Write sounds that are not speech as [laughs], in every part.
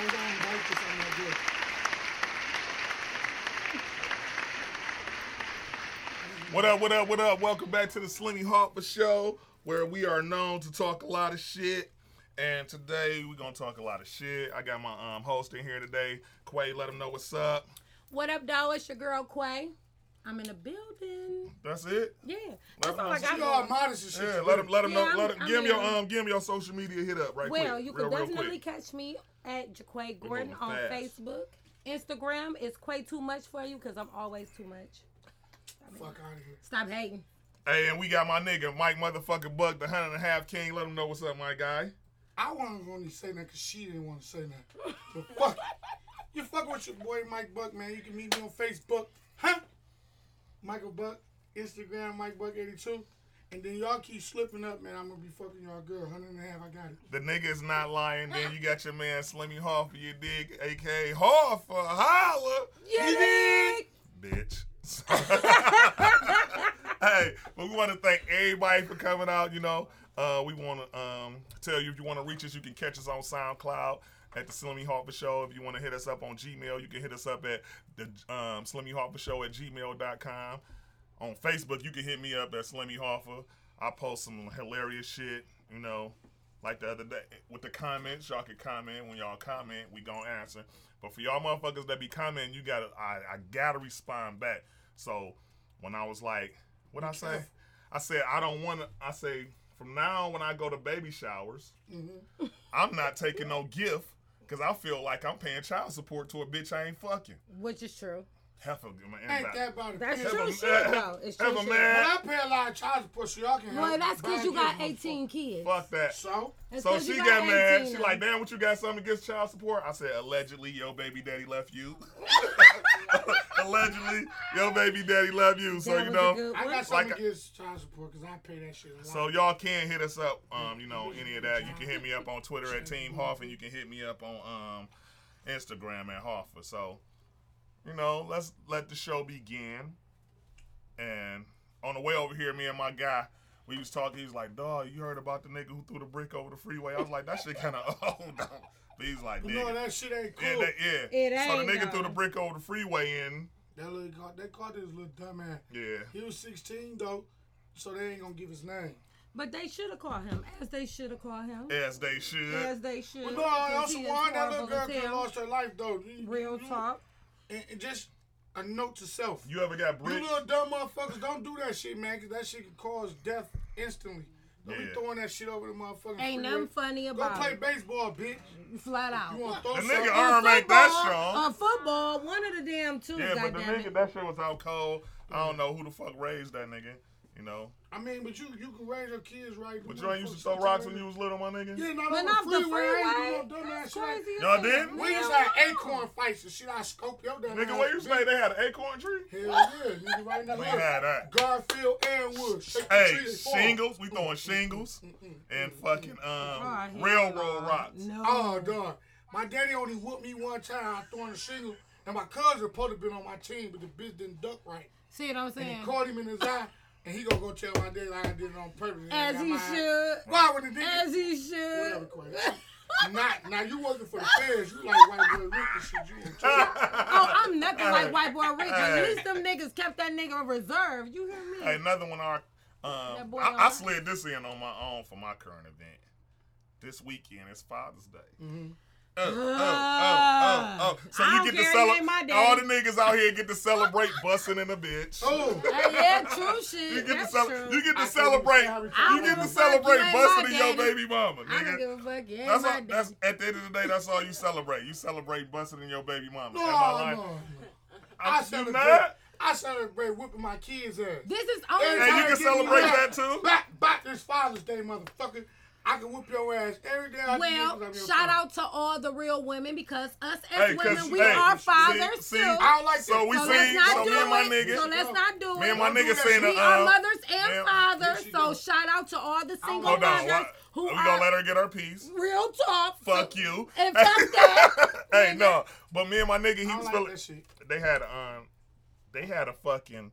focus on that good. What up, what up, what up? Welcome back to the Slimmy Harper Show, where we are known to talk a lot of shit. And today we're gonna talk a lot of shit. I got my um host in here today. Quay, let him know what's up. What up, though? It's your girl Quay. I'm in the building. That's it. Yeah, Let that's all I us- got. she You all going. modest and shit. Yeah, let him let him Yeah, know. Let him, I'm- give him your I'm in. um give him your social media hit up right Well, quick. you real, can real definitely quick. catch me at Jaquay Gordon moving on fast. Facebook. Instagram is Quay Too Much for you because I'm always too much. Fuck out of here. Stop hating. Hey, and we got my nigga Mike motherfucking Buck, the hundred and a half king. Let him know what's up, my guy. I wasn't going to say nothing because she didn't want to say nothing. But fuck it. You fuck with your boy Mike Buck, man. You can meet me on Facebook. Huh? Michael Buck. Instagram, Mike Buck82. And then y'all keep slipping up, man. I'm going to be fucking y'all girl. 100 and a half, I got it. The nigga is not lying. Then you got your man Slimmy Hoffa, you dig, aka Hoffa, holla. You dig? Bitch. [laughs] hey, but we want to thank everybody for coming out. You know, uh, we want to um, tell you if you want to reach us, you can catch us on SoundCloud at the Slimmy Hoffa Show. If you want to hit us up on Gmail, you can hit us up at the um, Slimmy Hoffa Show at gmail.com. On Facebook, you can hit me up at Slimmy Hoffa. I post some hilarious shit, you know, like the other day with the comments. Y'all can comment. When y'all comment, we gonna answer. But for y'all motherfuckers that be commenting, you gotta, I, I gotta respond back. So when I was like, what I say? I said I don't want to. I say from now on when I go to baby showers, Mm-hmm. I'm not taking no gift because I feel like I'm paying child support to a bitch I ain't fucking. Which is true. Heifer, in my Ain't inbox. that about it? That's Hell, true a- shit, though. It's have true a shit. man. But I pay a lot of child support, so y'all can help. Well, that's because Buy you got gifts, motherfucker. 18 kids. Fuck that. So? That's So 'cause you she got mad. 18 She now. like, damn, what you got something against child support? I said, allegedly, your baby daddy left you. [laughs] [laughs] allegedly, your baby daddy left you. So That you was a know. good I one. got something Like a- against child support because I pay that shit a lot. So y'all can hit us up. Um, you know, any of that. You can hit me up on Twitter at Team Hoffa. You can hit me up on um Instagram at Hoffa. So, you know, let's let the show begin. And on the way over here, me and my guy, we was talking. He was like, "Dog, you heard about the nigga who threw the brick over the freeway?" I was like, "That shit kind of [laughs] old." dog." But he's like, you know "Nigga, that shit ain't cool. Yeah, that, yeah. It so ain't, the nigga though. threw the brick over the freeway in. That little guy, they called this little dumbass. Yeah. He was 16 though, so they ain't gonna give his name. But they should have called him, as they should have called him, As they should. as they should. But no, I because also he is warned that little horrible girl as could have hell. lost her life though. You- you- Real you- talk. And, and just a note to self. You, you ever got brick? little dumb motherfuckers, don't do that shit, man, because that shit can cause death instantly. Don't be Yeah. throwing that shit over the motherfucking freeway. Ain't nothing funny Go about play it. baseball, bitch. Flat out. You want to throw The something? nigga On arm ain't that football- strong. On football, one of the damn two. yeah, but the goddamn nigga, it. that shit was out cold. I don't know who the fuck raised that nigga. You know. I mean, but you you can raise your kids right. But the you ain't used to motherfuckers throw rocks when tell you was little, my nigga. Yeah, not But on not the freeway. I the ain't do freeway. no dumbass That's shit. like- crazy. as Y'all hell. did? We Hell just had no. acorn fights and shit. I scope your damn Nigga, ass, what you bitch. say? They had an acorn tree? Hell yeah, nigga, right [laughs] now. We look. had that. Garfield and Wood. Shake the Hey, trees, fall. shingles. We throwing shingles and fucking um hell railroad no. rocks. [laughs] No. Oh, dog. My daddy only whooped me one time. I throwing a shingle. And my cousin supposed to been on my team, but the bitch didn't duck right. See what I'm And saying? he caught him in his eye, and he gonna go tell my daddy like I did it on purpose. and I As got he my eye. should. Why would the nigga? As he Whatever, should. Quay. Not, now you working for the feds. You like white boy Rick and shit. [laughs] You a kid. Oh, I'm nothing like white boy Rick. At least them niggas kept that nigga in reserve. You hear me? Hey, another one. Our, That um, boy I, I on- slid this in on my own for my current event. This weekend is Father's Day. Mm-hmm. Oh, oh, oh, oh, oh. So Ah. I you don't get to care, it ain't my celebrate. daddy. All the niggas out here get to celebrate busting in a bitch. Oh, Hey, Uh, yeah, true shit. You get to That's cel- true. you get I to think celebrate. it's Harry I You get don't to give a fuck, celebrate you ain't my busting in your daddy. baby mama, I don't give a nigga. fuck. You ain't That's, my all, daddy. that's at the end of the day. That's all you celebrate. You celebrate busting in your baby mama. no, Am I lying? no. I'm- I you celebrate. not? I celebrate whipping my kids' ass. This is only. Hey, you Trying can to get me celebrate back- that too? Back, back this Father's Day, motherfucker. I can whoop your ass every day. I Well, shout out to all the real women because us as Hey, 'cause- women, we hey, are see- fathers see, too. I don't like So that. we So see. let's not So do me and my it. nigga. So let's not do it. Me and my Don't do nigga that. seen a. we are um, mothers and ma'am. fathers, Yes, you so do. shout out to all the single Hold on. mothers Why, who we are gonna let her get her piece. real talk. Fuck you. [laughs] And [laughs] fuck that. hey, no. But me and my nigga, he I don't was like feeling. that shit. They had um, they had a fucking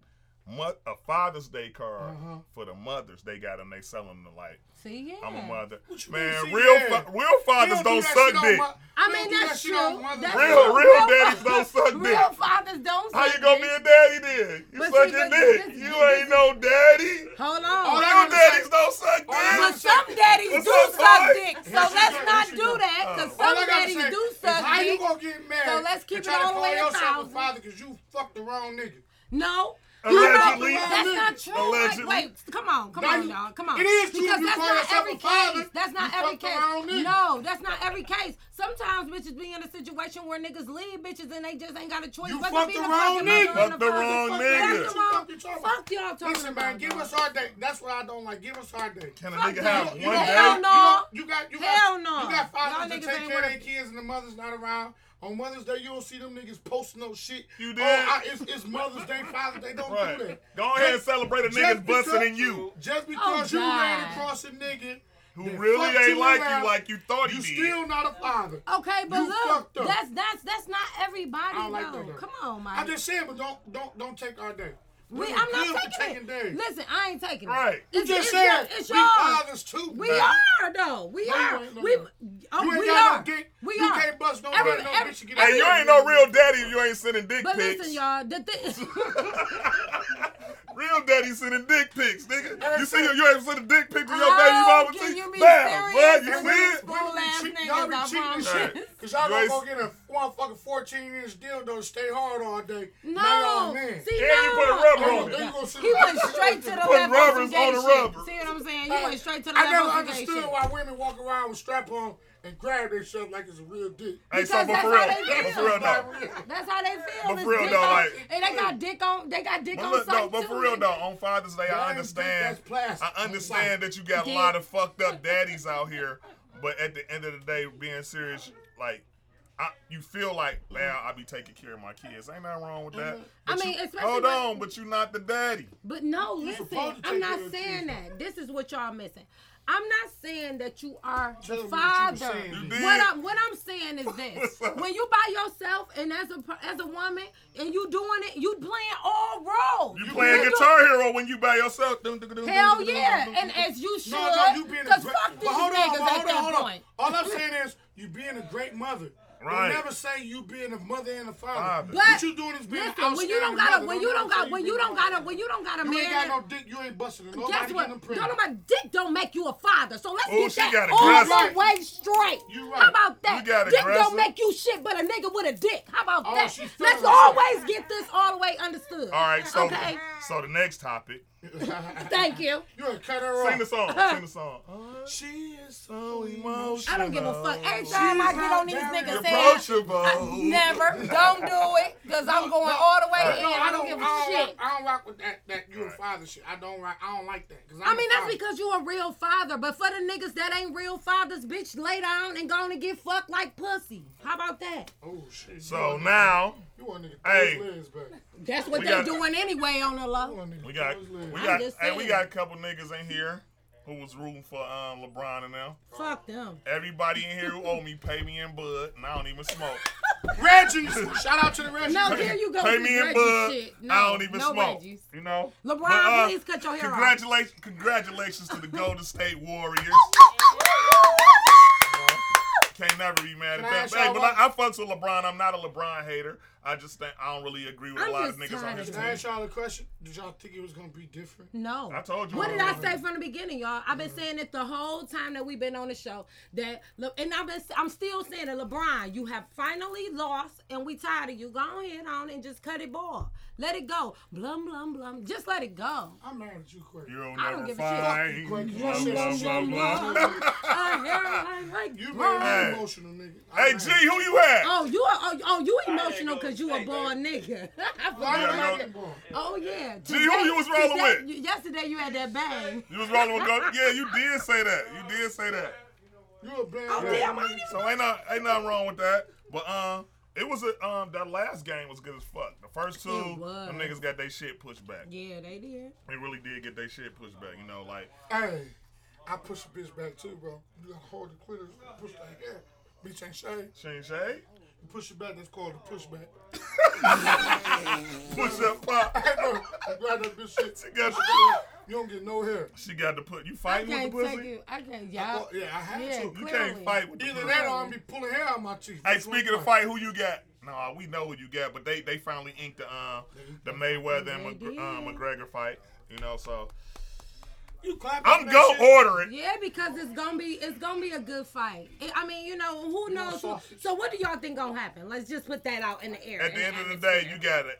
mo- a Father's Day card Mm-hmm. for the mothers. They got them. They selling them like See, yeah. I'm a mother. What you Man, mean, see, real yeah. fa- real fathers You do don't, that shit suck on dick. my- I Man, don't mean, And do that that's shit on true. mother. That's Real, real, Real daddies don't suck dick. Real fathers don't. How suck you gonna be a dick. daddy then? You But suck see, your but you dick. just- you you ain't no daddy. Hold on. Oh, that Real I'm daddies saying- don't I'm suck But dick. saying- some daddies What's do up, suck boy? dick. Here So she let's go, here not she do go. that because All I some gotta daddies say do is suck How you dick. gonna get married? So let's keep and it try to all the call way to yourself a 1,000? father because you fucked the wrong nigga. No. Allegedly. You know, that's not true. Allegedly. Wait, wait, come on, come Now on, you- y'all, come on. it is true if because you that's call not yourself every a father, case. That's not you every fucked around case. nigga. No, that's not every case. Sometimes bitches be in a situation where niggas leave bitches and they just ain't got a choice. You Whether fucked be the the wrong fucking mother nigga. or Fucked the father. wrong Fuck nigga. That's the wrong. You talking about? Fuck y'all talking Listen, man, about. give bro. us our day. That's what I don't like. Give us our day. Can a Fuck nigga that. have one You Hell got- daddy? no. You got, you got, Hell no. You got Y'all fathers that niggas take ain't care of their worth it. kids and the mother's not around. On Mother's Day, you don't see them niggas posting no shit. You Oh, did. I, it's, it's Mother's Day, Father's Day. Don't Right. do that. Go ahead and celebrate a Just niggas because- busting in you. Just because you Oh, God. ran across a nigga Who that really fucked ain't like around, you like you thought he you did. still not a father. Okay, but You look, fucked up. that's that's that's not everybody I don't like though. that, though. Come on, Mike. I'm just saying, but don't don't don't take our day. we, We're I'm good not for taking, it. days. Listen, I ain't taking it. Right. You It's, just it's said your- it's we yours. fathers too. We man. are though. We No, you are. ain't, no, we you ain't. oh, You ain't we got are. no dick. We You are. can't bust no Every- nut, no every- bitch to get Hey, you out. ain't no real daddy if you ain't sending dick But pics. listen, y'all. The thing. [laughs] [laughs] Real daddy sending dick pics, nigga. You That's see, it. him, you ain't sending dick pics to your Oh, baby mama. can too? you be Bam, serious? what? You And see women- it? women Bull be ass cheating- niggas, y'all be I cheating and promise. shit. Cause y'all Right. gonna go get a one fucking 14 inch dildo, stay hard all day. Now No, y'all men. see, And no. you put rubber on it. He went straight to the Put left. on rubbers some gay on the shit. rubber. See what I'm saying? You I- went straight to the I left. never on some gay understood shit. why women walk around with strap on and grab themselves like it's a real dick. Hey, so Because but that's for how real, they but feel. for real, no. That's how they feel. But It's for real dick though, on- like- and they got dick on. They got dick But on look, no, site but too, for real nigga. though, on Father's Day, Why I is dick understand. that's plastic? I understand that you got a Yeah. lot of fucked up daddies out here, but at the end of the day, being serious, like. I, you feel like, Mm-hmm. man, I be taking care of my kids. Ain't nothing wrong with that. But mean, you, especially hold when- on, but you not the daddy. But no, supposed listen, to I'm take not care of saying kids. that. This is what y'all missing. I'm not saying that you are Tell the me what you father. saying. You did. What I'm what I'm [laughs] saying is this: What's up? when you by yourself and as a per- as a woman and you doing it, you playing all roles. You playing doing- Guitar Hero when you by yourself. Hell yeah, and as you should, No, no, you being a cause great. fuck these but hold on, niggas but at hold that on, hold on. point. All I'm saying is you being a great mother. Right. Don't never say you being a mother and a father. Father. what But you doing is being Listen, an when you don't outstanding got mother. to when you don't never got say when being you don't got to when you don't got a You ain't man. got no dick. You ain't busting. it. Nobody Guess getting what? them Don't pregnant. nobody dick don't make you a father. So let's Oh, she get got that all aggressive. the way straight. You How right. about that? You got dick aggressive. don't make you shit, but a nigga with a dick. How about Oh, that? she feeling Let's herself. always get this all the way understood. All right, so okay. so the next topic. [laughs] Thank you. You gonna cut her off. Sing the song. Oh, Sing the song. [laughs] She is so emotional. I don't give a fuck. Every time I get on these niggas, saying [laughs] Approachable. never, don't do it, cause I'm going all the way No, in. I don't give a rock- shit. I don't rock with that. That you a Right. father shit. I don't rock. I don't like that. 'cause I'm I a mean, that's father. because you a real father. But for the niggas that ain't real fathers, bitch, lay down and go on and get fucked like pussy. How about that? Oh shit. So now You want nigga throw Hey. his legs back. That's what We they got- doing anyway on the You low. want nigga we got throw his we legs I'm got just hey, we saying. got a couple niggas in here who was rooting for um LeBron and them. Fuck them. Everybody in here who owe me pay me in bud, and I don't even smoke. back. [laughs] Reggie's. Shout out to the Reggie. No, here you go. pay with me this in Reggie bud. shit. No, I don't even no smoke. Reggies. You know. LeBron, please cut your hair off. congratulations, off. Congratulations, to the Golden State Warriors. Can't never be mad Can at I that. ask Hey, y'all but one- I, I fucks with LeBron. I'm not a LeBron hater. I just think I don't really agree with I'm a lot of just niggas on tired his of Can I team. ask y'all a question? Did y'all think it was gonna be different? No. I told you What I did I was. say from the beginning, y'all? I've been saying it the whole time that we've been on the show. That look, and I've been, I'm still saying it, LeBron. You have finally lost, and we tired of you. Go ahead on and just cut it ball. Let it go. Blum blum blum. Just let it go. I'm mad at you, Quay. You'll I never don't give a find. shit. Quay, 'cause Blah, your shit blah, is blah, so blah. emotional. I hear I Uh, like You blum. made Hey. me emotional, nigga. I'm [laughs] Hey mad. G, who you at? Oh, you are, oh, oh you emotional because you a born nigga. [laughs] I I forgot don't Yeah, like no. that ball. Oh yeah. Gee, who you was rolling today- with? you- Yesterday you had that bang. You was rolling with Golden. Yeah, you did say that. You did say that. You a bad Oh, damn, I nigga. So ain't not, ain't nothing wrong with that. But um, it was a um that last game was good as fuck. The first two, It was. them niggas got their shit pushed back. Yeah, they did. They really did get their shit pushed back. You know, like Hey, I push the bitch back too, bro. You gotta hold the clitoris, push like that. Bitch ain't shaved. Shane Shay, You push it back, that's called a pushback. push up pop. Hey, bro, you grab that bitch shit. [laughs] She got you. You don't get no hair. She got to put you I fighting with the can't take pussy. you. I can't. Oh, Y'all. yeah, I had Uh, Yeah. to. You Clearly. can't fight with the Either pussy. that or I'm be pulling hair out my teeth. Hey, That's one speaking of thing. fight, who you got? No, we know who you got, but they they finally inked the um the Mayweather and They McG- uh, did. McGregor fight. You know, so you clapping. I'm for that go shit? order it. Yeah, because it's gonna be it's gonna be a good fight. I- I mean, you know, who knows? who- sausage. so what do y'all think gonna happen? Let's just put that out in the air. At the end of the day, you got an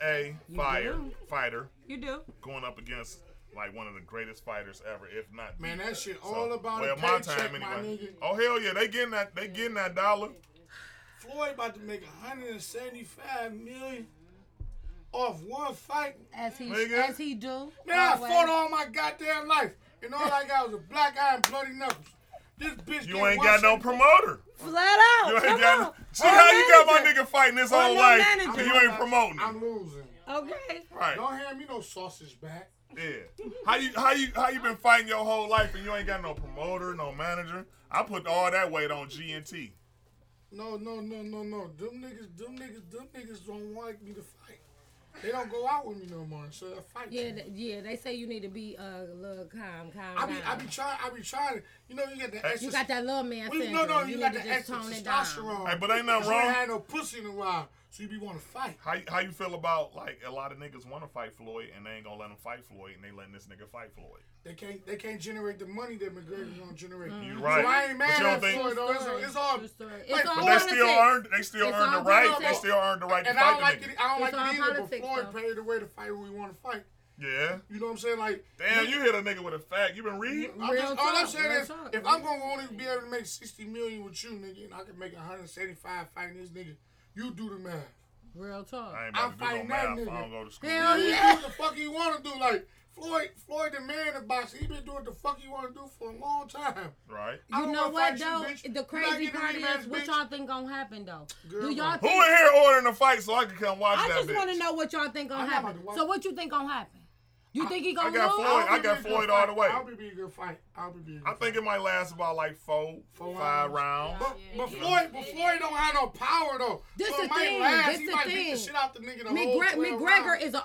MMA fire do. fighter you do. going up against like one of the greatest fighters ever, if not. Man, the- that shit so- all about well, a my paycheck, time my anyway. nigga. Oh hell yeah, they getting that they getting that dollar. Floyd about to make 175 million off one fight. As he Nigga. as he do. Man, I always. fought all my goddamn life, and all I got was a black eye and bloody knuckles. This bitch. You get ain't one got no shit- promoter. flat out. You ain't Come got. on. See how you got my manager. nigga fighting his Or whole no life, manager. and you ain't promoting. I'm him. losing. Okay. Right. Don't hand me no sausage back. Yeah. How you how you how you been fighting your whole life and you ain't got no promoter, no manager? I put all that weight on G and T. No, no, no, no, no. Them niggas, them niggas, them niggas don't like me to fight. They don't go out with me no more, so I fight. Yeah, th- yeah. They say you need to be uh, a little calm, calm I be, down. I be trying, I be trying. You know, you got the extra. you got that little man Well, syndrome. you, no, no, you, need got to the just extra tone it down. testosterone. Hey, but ain't nothing You ain't wrong. had no pussy in a while, so you be want to fight. How you- how you feel about like a lot of niggas want to fight Floyd and they ain't gonna let him fight Floyd and they letting this nigga fight Floyd? They can't, they can't generate the money that McGregor's gonna generate. You So I right? ain't But mad you don't at think? Floyd though. It's, Mm-hmm. True it's all, story. like, It's But all Floyd- they Politics. still earned. They still It's earned the all right. They politics. still earned the right to and I don't fight like it. the nigga. I don't It's all like it either. But politics, Floyd though. paid the way to fight who he want to fight. Yeah. You know what I'm saying? Like, Damn, you hit a nigga with a fact. You been reading? I'm just, Real all I'm talk, saying real is, talk. if I'm gonna only be able to make 60 million with you, nigga, and I can make 175 fighting this nigga, you do the math. Real talk. I ain't I'm about to fighting that do no math. I nigga. don't go to school. Hell You yeah. do what the fuck you want to do. Like Floyd, Floyd the man in the box. He been doing the fuck you want to do for a long time. Right. I You don't know wanna fight what you, though? bitch. You the not crazy getting a part is, rematch, what bitch. y'all think gonna happen though? Girl, Do no. y'all Who think? in here ordering a fight so I can come watch I that just bitch? want to know what y'all think gonna I'm not happen. about to watch- So what you think gonna happen? You think he gonna got lose? Floyd. I I'll be got being Floyd good all the fight. way. I'll be being a good fight. I'll be being a good I think it might last about like four, Four five rounds. But, but Floyd, but Floyd don't have no power though. This so the it might thing, Last. this he the might beat thing. the shit out the nigga the whole McGre- 12 McGregor rounds. is an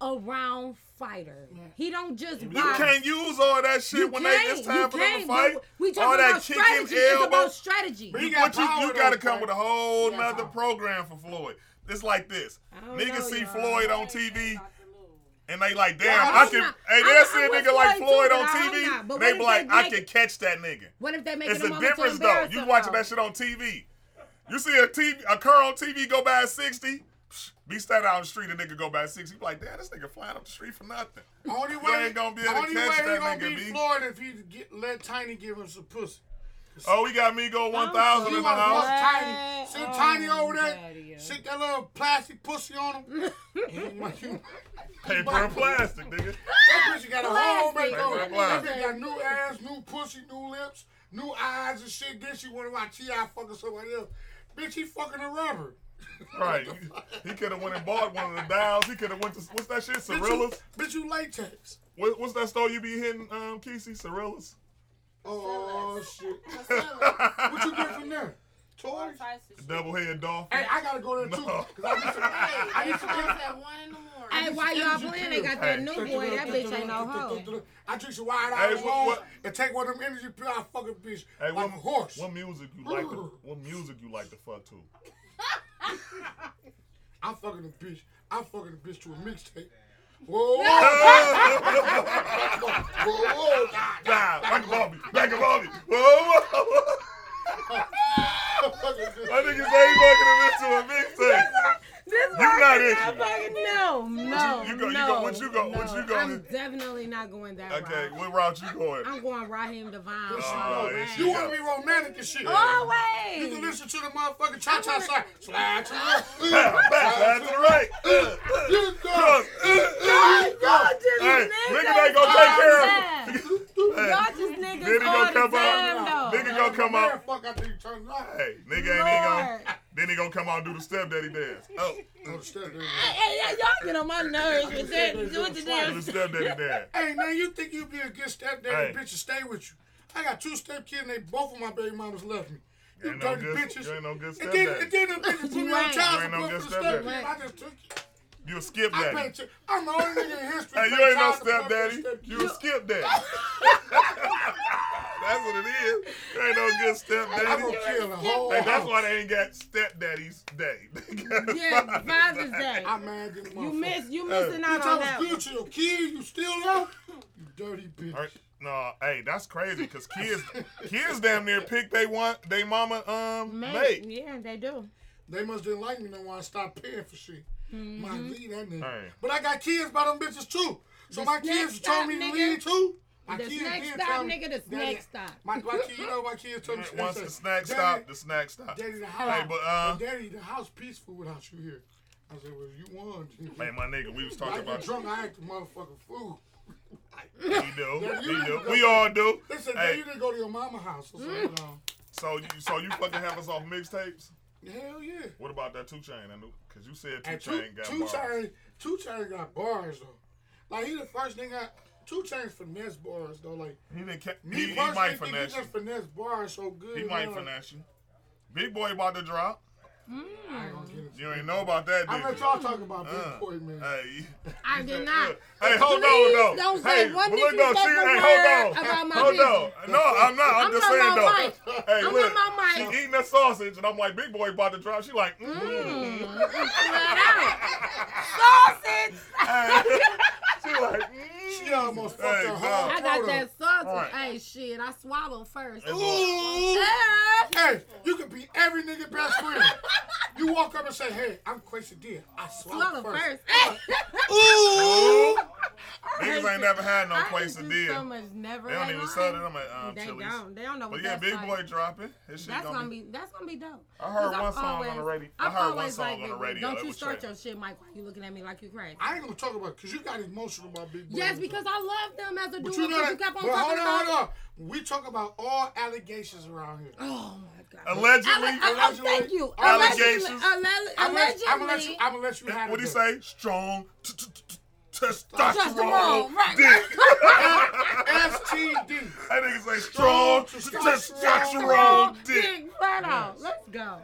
all-around fighter. He don't just You box. can't use all that shit You when can't. they, it's time you for them can't. to fight. We, we talking all that about kicking, strategy. It's elbow. about strategy. But he You, got but you, power you gotta though, come Frank. with a whole He got nother power. program for Floyd. It's like this. I don't know, Niggas see y'all. Floyd on TV and they like, damn, I I hope can. not. Hey, I- they'll I'm see a with nigga like Floyd Floyd, too, on but I hope TV. not. But They what be if like, they I make can it- catch that nigga. What if they make It's it a a moment difference to though. embarrass You watching that themselves? shit on TV. You see a TV, a car on TV go by at 60. psh, Be standing out on the street, a nigga go by at 60. You be like, damn, this nigga flying up the street for nothing. Only You way ain't gonna be able to only catch way he that gonna nigga, beat B. Floyd if he get, let Tiny give him some pussy. Oh, we got me go 1,000 He in the want to house. fuck Tiny. Right Sit on Tiny over there. Oh, daddy, yeah. Sit that little plastic pussy on [laughs] him. Paper and plastic, nigga. That bitch got a whole Plastic. baby on it. Right, right. That bitch got new ass, new pussy, new lips, new eyes and shit. Then she wonder why T.I. fucking somebody else. Bitch, he fucking a rubber. [laughs] Right. He could have went and bought one of the dials. He could have went to what's that shit? Bitch, you, Cirillas. bitch, you latex. What, what's that store you be hitting, um, Kesey? Cirillas. Oh, shit. Priscilla. What you get from [laughs] there? Toys? Double head dolphin. Hey, I gotta go there too. No. 'cause I need some- I need some [laughs] at one in the morning. Hey, why y'all energy playing? They pills. got that Hey. new boy. That bitch ain't no hoe. I drink some wide Hey, eyed what- long what- and take one of them energy pills. I fucking bitch Hey, like what, a horse. What music you like? To, Ooh. what music you like to fuck to? I'm fucking a bitch. I'm fucking a bitch to a [laughs] mixtape. Whoa, whoa, whoa, whoa, whoa, nah, nah. Nah, like a Bobby, like a Bobby. Whoa, whoa. I'm fucking a bitch. My niggas ain't fucking him into a mixtape. This You one not is itchy. fucking no, no, you go- you no, go- what you go- what no. you go- I'm definitely not going that Okay, route. what route you going? I'm going Raheem Devine. Oh, all yeah, the she You way. got- wanna be romantic and shit. You can Always. listen to the motherfucking cha cha slide. Slide to [laughs] the Back, left. back, back to the right. Uh, You go. uh, Y'all just Hey, niggas nigga, they gonna take care all the [laughs] time. uh, Y'all hey, just niggas Then he all gonna the come time, out. though. Nigga gonna come Man, out. fuck, I think you turned light. Hey, nigga ain't even gonna. Lord. Then he gonna come out and do the stepdaddy dance. Oh, Oh, step there. Hey, hey, y'all get on my nerves with that. With the do the damn. stepdaddy dance. Hey man, you think you'd be a good stepdaddy Hey. bitch to stay with you? I got two step kids and they both of my baby mamas left me. You Ain't no dirty good- bitches. you ain't no good And then, stepdaddy. and then them bitches put me on Right. child You ain't no support good for the step stepdaddy. I just took it. You'll skip I that. paid t- I'm the only nigga in history. Hey, pay you ain't no child support for stepdaddy. step- You a stepdaddy. [laughs] that's what it is. You ain't no good I'm gonna stepdaddy. kill the whole Hey, that's house. why they ain't got stepdaddy's day. [laughs] Yeah, Father's Day. I'm mad than a You motherfucker. miss, you missing Bitch, out I on was that. one. good to your kid. You still know? You dirty bitch. All right. No, hey, that's crazy because kids, kids damn near pick they want they mama um make. Mate, yeah, they do. They must didn't like me no more. I stopped paying for shit. Mm-hmm. My lead that nigga. Hey. But I got kids by them bitches too. So my next kids told me stop, to nigga. leave too. My The kids snack did stop, tell me- nigga, the Daddy- snack stop. My, [laughs] my kid, you know my kids told me to Once say, the snack "Daddy, stop, the snack stop. Daddy, the house. Hey, but uh, Daddy, the house peaceful without you here. I said, well, you won. [laughs] hey, my nigga, we was I talking get about drunk, I act a motherfucking fool. you do, Daddy, you you do, didn't go- we all do. They said, hey. Hey, you didn't go to your mama house. I said, Mm. no. so you so you fucking have us off mixtapes. Hell yeah. What about that two chain? I knew because you said two And two, chain got two bars. chain, two chain got bars though. Like he the first nigga. Two chains finesse bars though. Like He didn't. Ca- me he, he personally might think finesse he just you. finesse bars so good. He man, might like, finesse you. Big boy about to drop. I ain't gonna get it. You ain't know about that, I let did you? y'all talk about Uh, big boy man. Hey. I did not. Hey, hold Please on, though. hey, don't say one but nigga look, though, said she, one hey, word hold on. about my hold business. on. No, I'm not. I'm, I'm just talking saying, though. about Hey, I'm look. talking about Mike. She eating that sausage, and I'm like, big boy about to drop. She like, mm. [laughs] Sausage. Hey. [laughs] she like, mm. She almost fucked Hey, her dog. whole I got throat that up. sausage. Right. Hey, shit, I swallowed first. It's Ooh. Ah. Hey, you could be every nigga best [laughs] friend. You walk up and say, "Hey, I'm Quincy Deer. I swallow Swallow first. first. Ooh. [laughs] Niggas ain't never had no I place to hate you deal. So much, never. they don't they even lying. sell them at um, They Chili's. don't. They don't know But what yeah, that's big like. boy dropping. His shit That's gonna, gonna be. be that's gonna be dope. I heard 'Cause I'm one song on the radio. I I'm heard one always song like, on the "Baby, radio. That Don't you was start trash." your shit, Mike. Why you looking at me like you crazy? I ain't gonna talk about it because you got emotional about big boy. yes, man. because I love them as a duo. But 'cause you You, know that. kept on but hold talking on, about. hold on. We talk about all allegations around here. Oh my god. Allegedly, Alle- oh, oh, thank you. Allegations. Allegedly. alle- I'm gonna let, I'm gonna let you. allegedly. I'm gonna let you have what it. do you babe. say? Strong t- t- t- Testosterone, testosterone. right. dick. [laughs] STD. That nigga say strong t- Testosterone, testosterone Strong dick. dick, Right on. Let's go.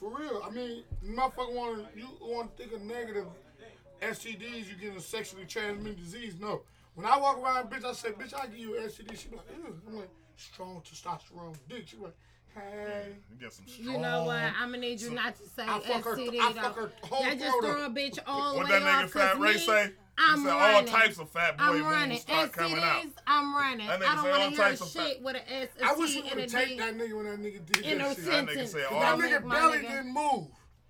For real. I mean, motherfucker, want you want to think of negative STDs? You getting a sexually transmitted disease? No. When I walk around, bitch, I say, bitch, I give you an STD. She be like, ew. I'm like, strong testosterone dick. She be like, hey. You get some strong. You know what? I'm gonna need you not to say I fuck her- STD. I though. fuck her whole That just throat up. throw a bitch all the What way that nigga off, 'cause Fat Ray me, say? I'm he said all running. types of fat boy I'm running. wounds start coming out. STDs, I'm running. That nigga I say all don't want types to of hear shit fa- with an S, a I wish T, we and would a have D taped that nigga when that nigga did that in no shit. That nigga sentence. said 'cause all- That I'm That nigga like, my belly nigga. didn't move.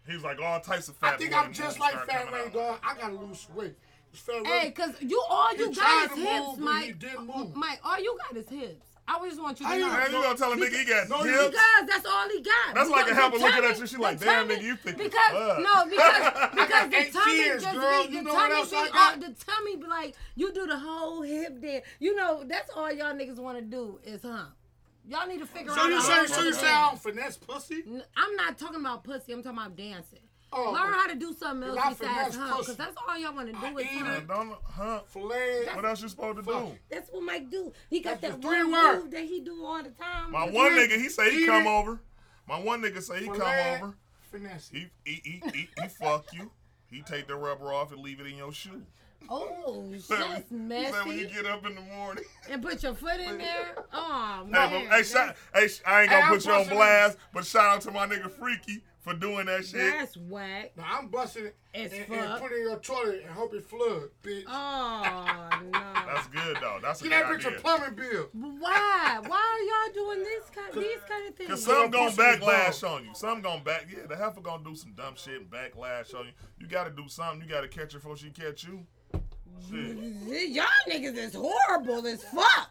He's like all types of fat I think boy I'm wounds just like start Fat coming Ray, out. dog. I gotta lose some weight. Fat Ray, Hey, cause you all you He got tried is to move, hips, but he Mike. didn't move. Mike, all you got is hips. I just want you I to ain't know. Man, you gonna tell a nigga he got No, you hips? Because that's all he got. That's like a Because heifer the looking tummy- at you, she the like, "Damn, tummy- nigga, you thick as Because fuck." no, [laughs] because because got the eight tummy kids, just girl. be You the know what tummy else be I all- got? the tummy be like you do the whole hip there. You know that's all y'all niggas want to do is hump. Y'all need to figure So out. you how say, to so you do say I don't finesse pussy? that. N- I'm not talking about pussy. I'm talking about dancing. Oh. Learn how to do something else I besides finesse hump, pussy. because that's all y'all want to do is eat hump. it. Don't huh? Filet. What else you supposed to Fuck. do? That's what Mike do. He got That's that the three one word. move that he do all the time. My It's one like- nigga, he say Eat he come it. over. My one nigga say he come Filet. over. Finesse. He he he he, he fuck you. He take the rubber off and leave it in your shoe. [laughs] [laughs] Oh, Say when- that's say when you messy. get up in the morning. And put your foot in there. Oh Hey, man. but, hey, shout, hey, sh- I ain't Hey, gonna I'm put you on pushing blast, but shout out to my nigga Freaky for doing that shit. that's whack. Now I'm busting it and, As and fuck. put it in your toilet and hope it flood, bitch. Oh no. That's good though. That's a Get good that bitch idea. a plumbing bill. Why? Why are y'all doing this kind these kind of Cause things? some gonna pussy is backlash bomb. on you. Some gonna back. Yeah, the heifer gonna do some dumb shit and backlash on you. You gotta do something. You gotta catch her before she catch you. Shit. y'all niggas is horrible as fuck.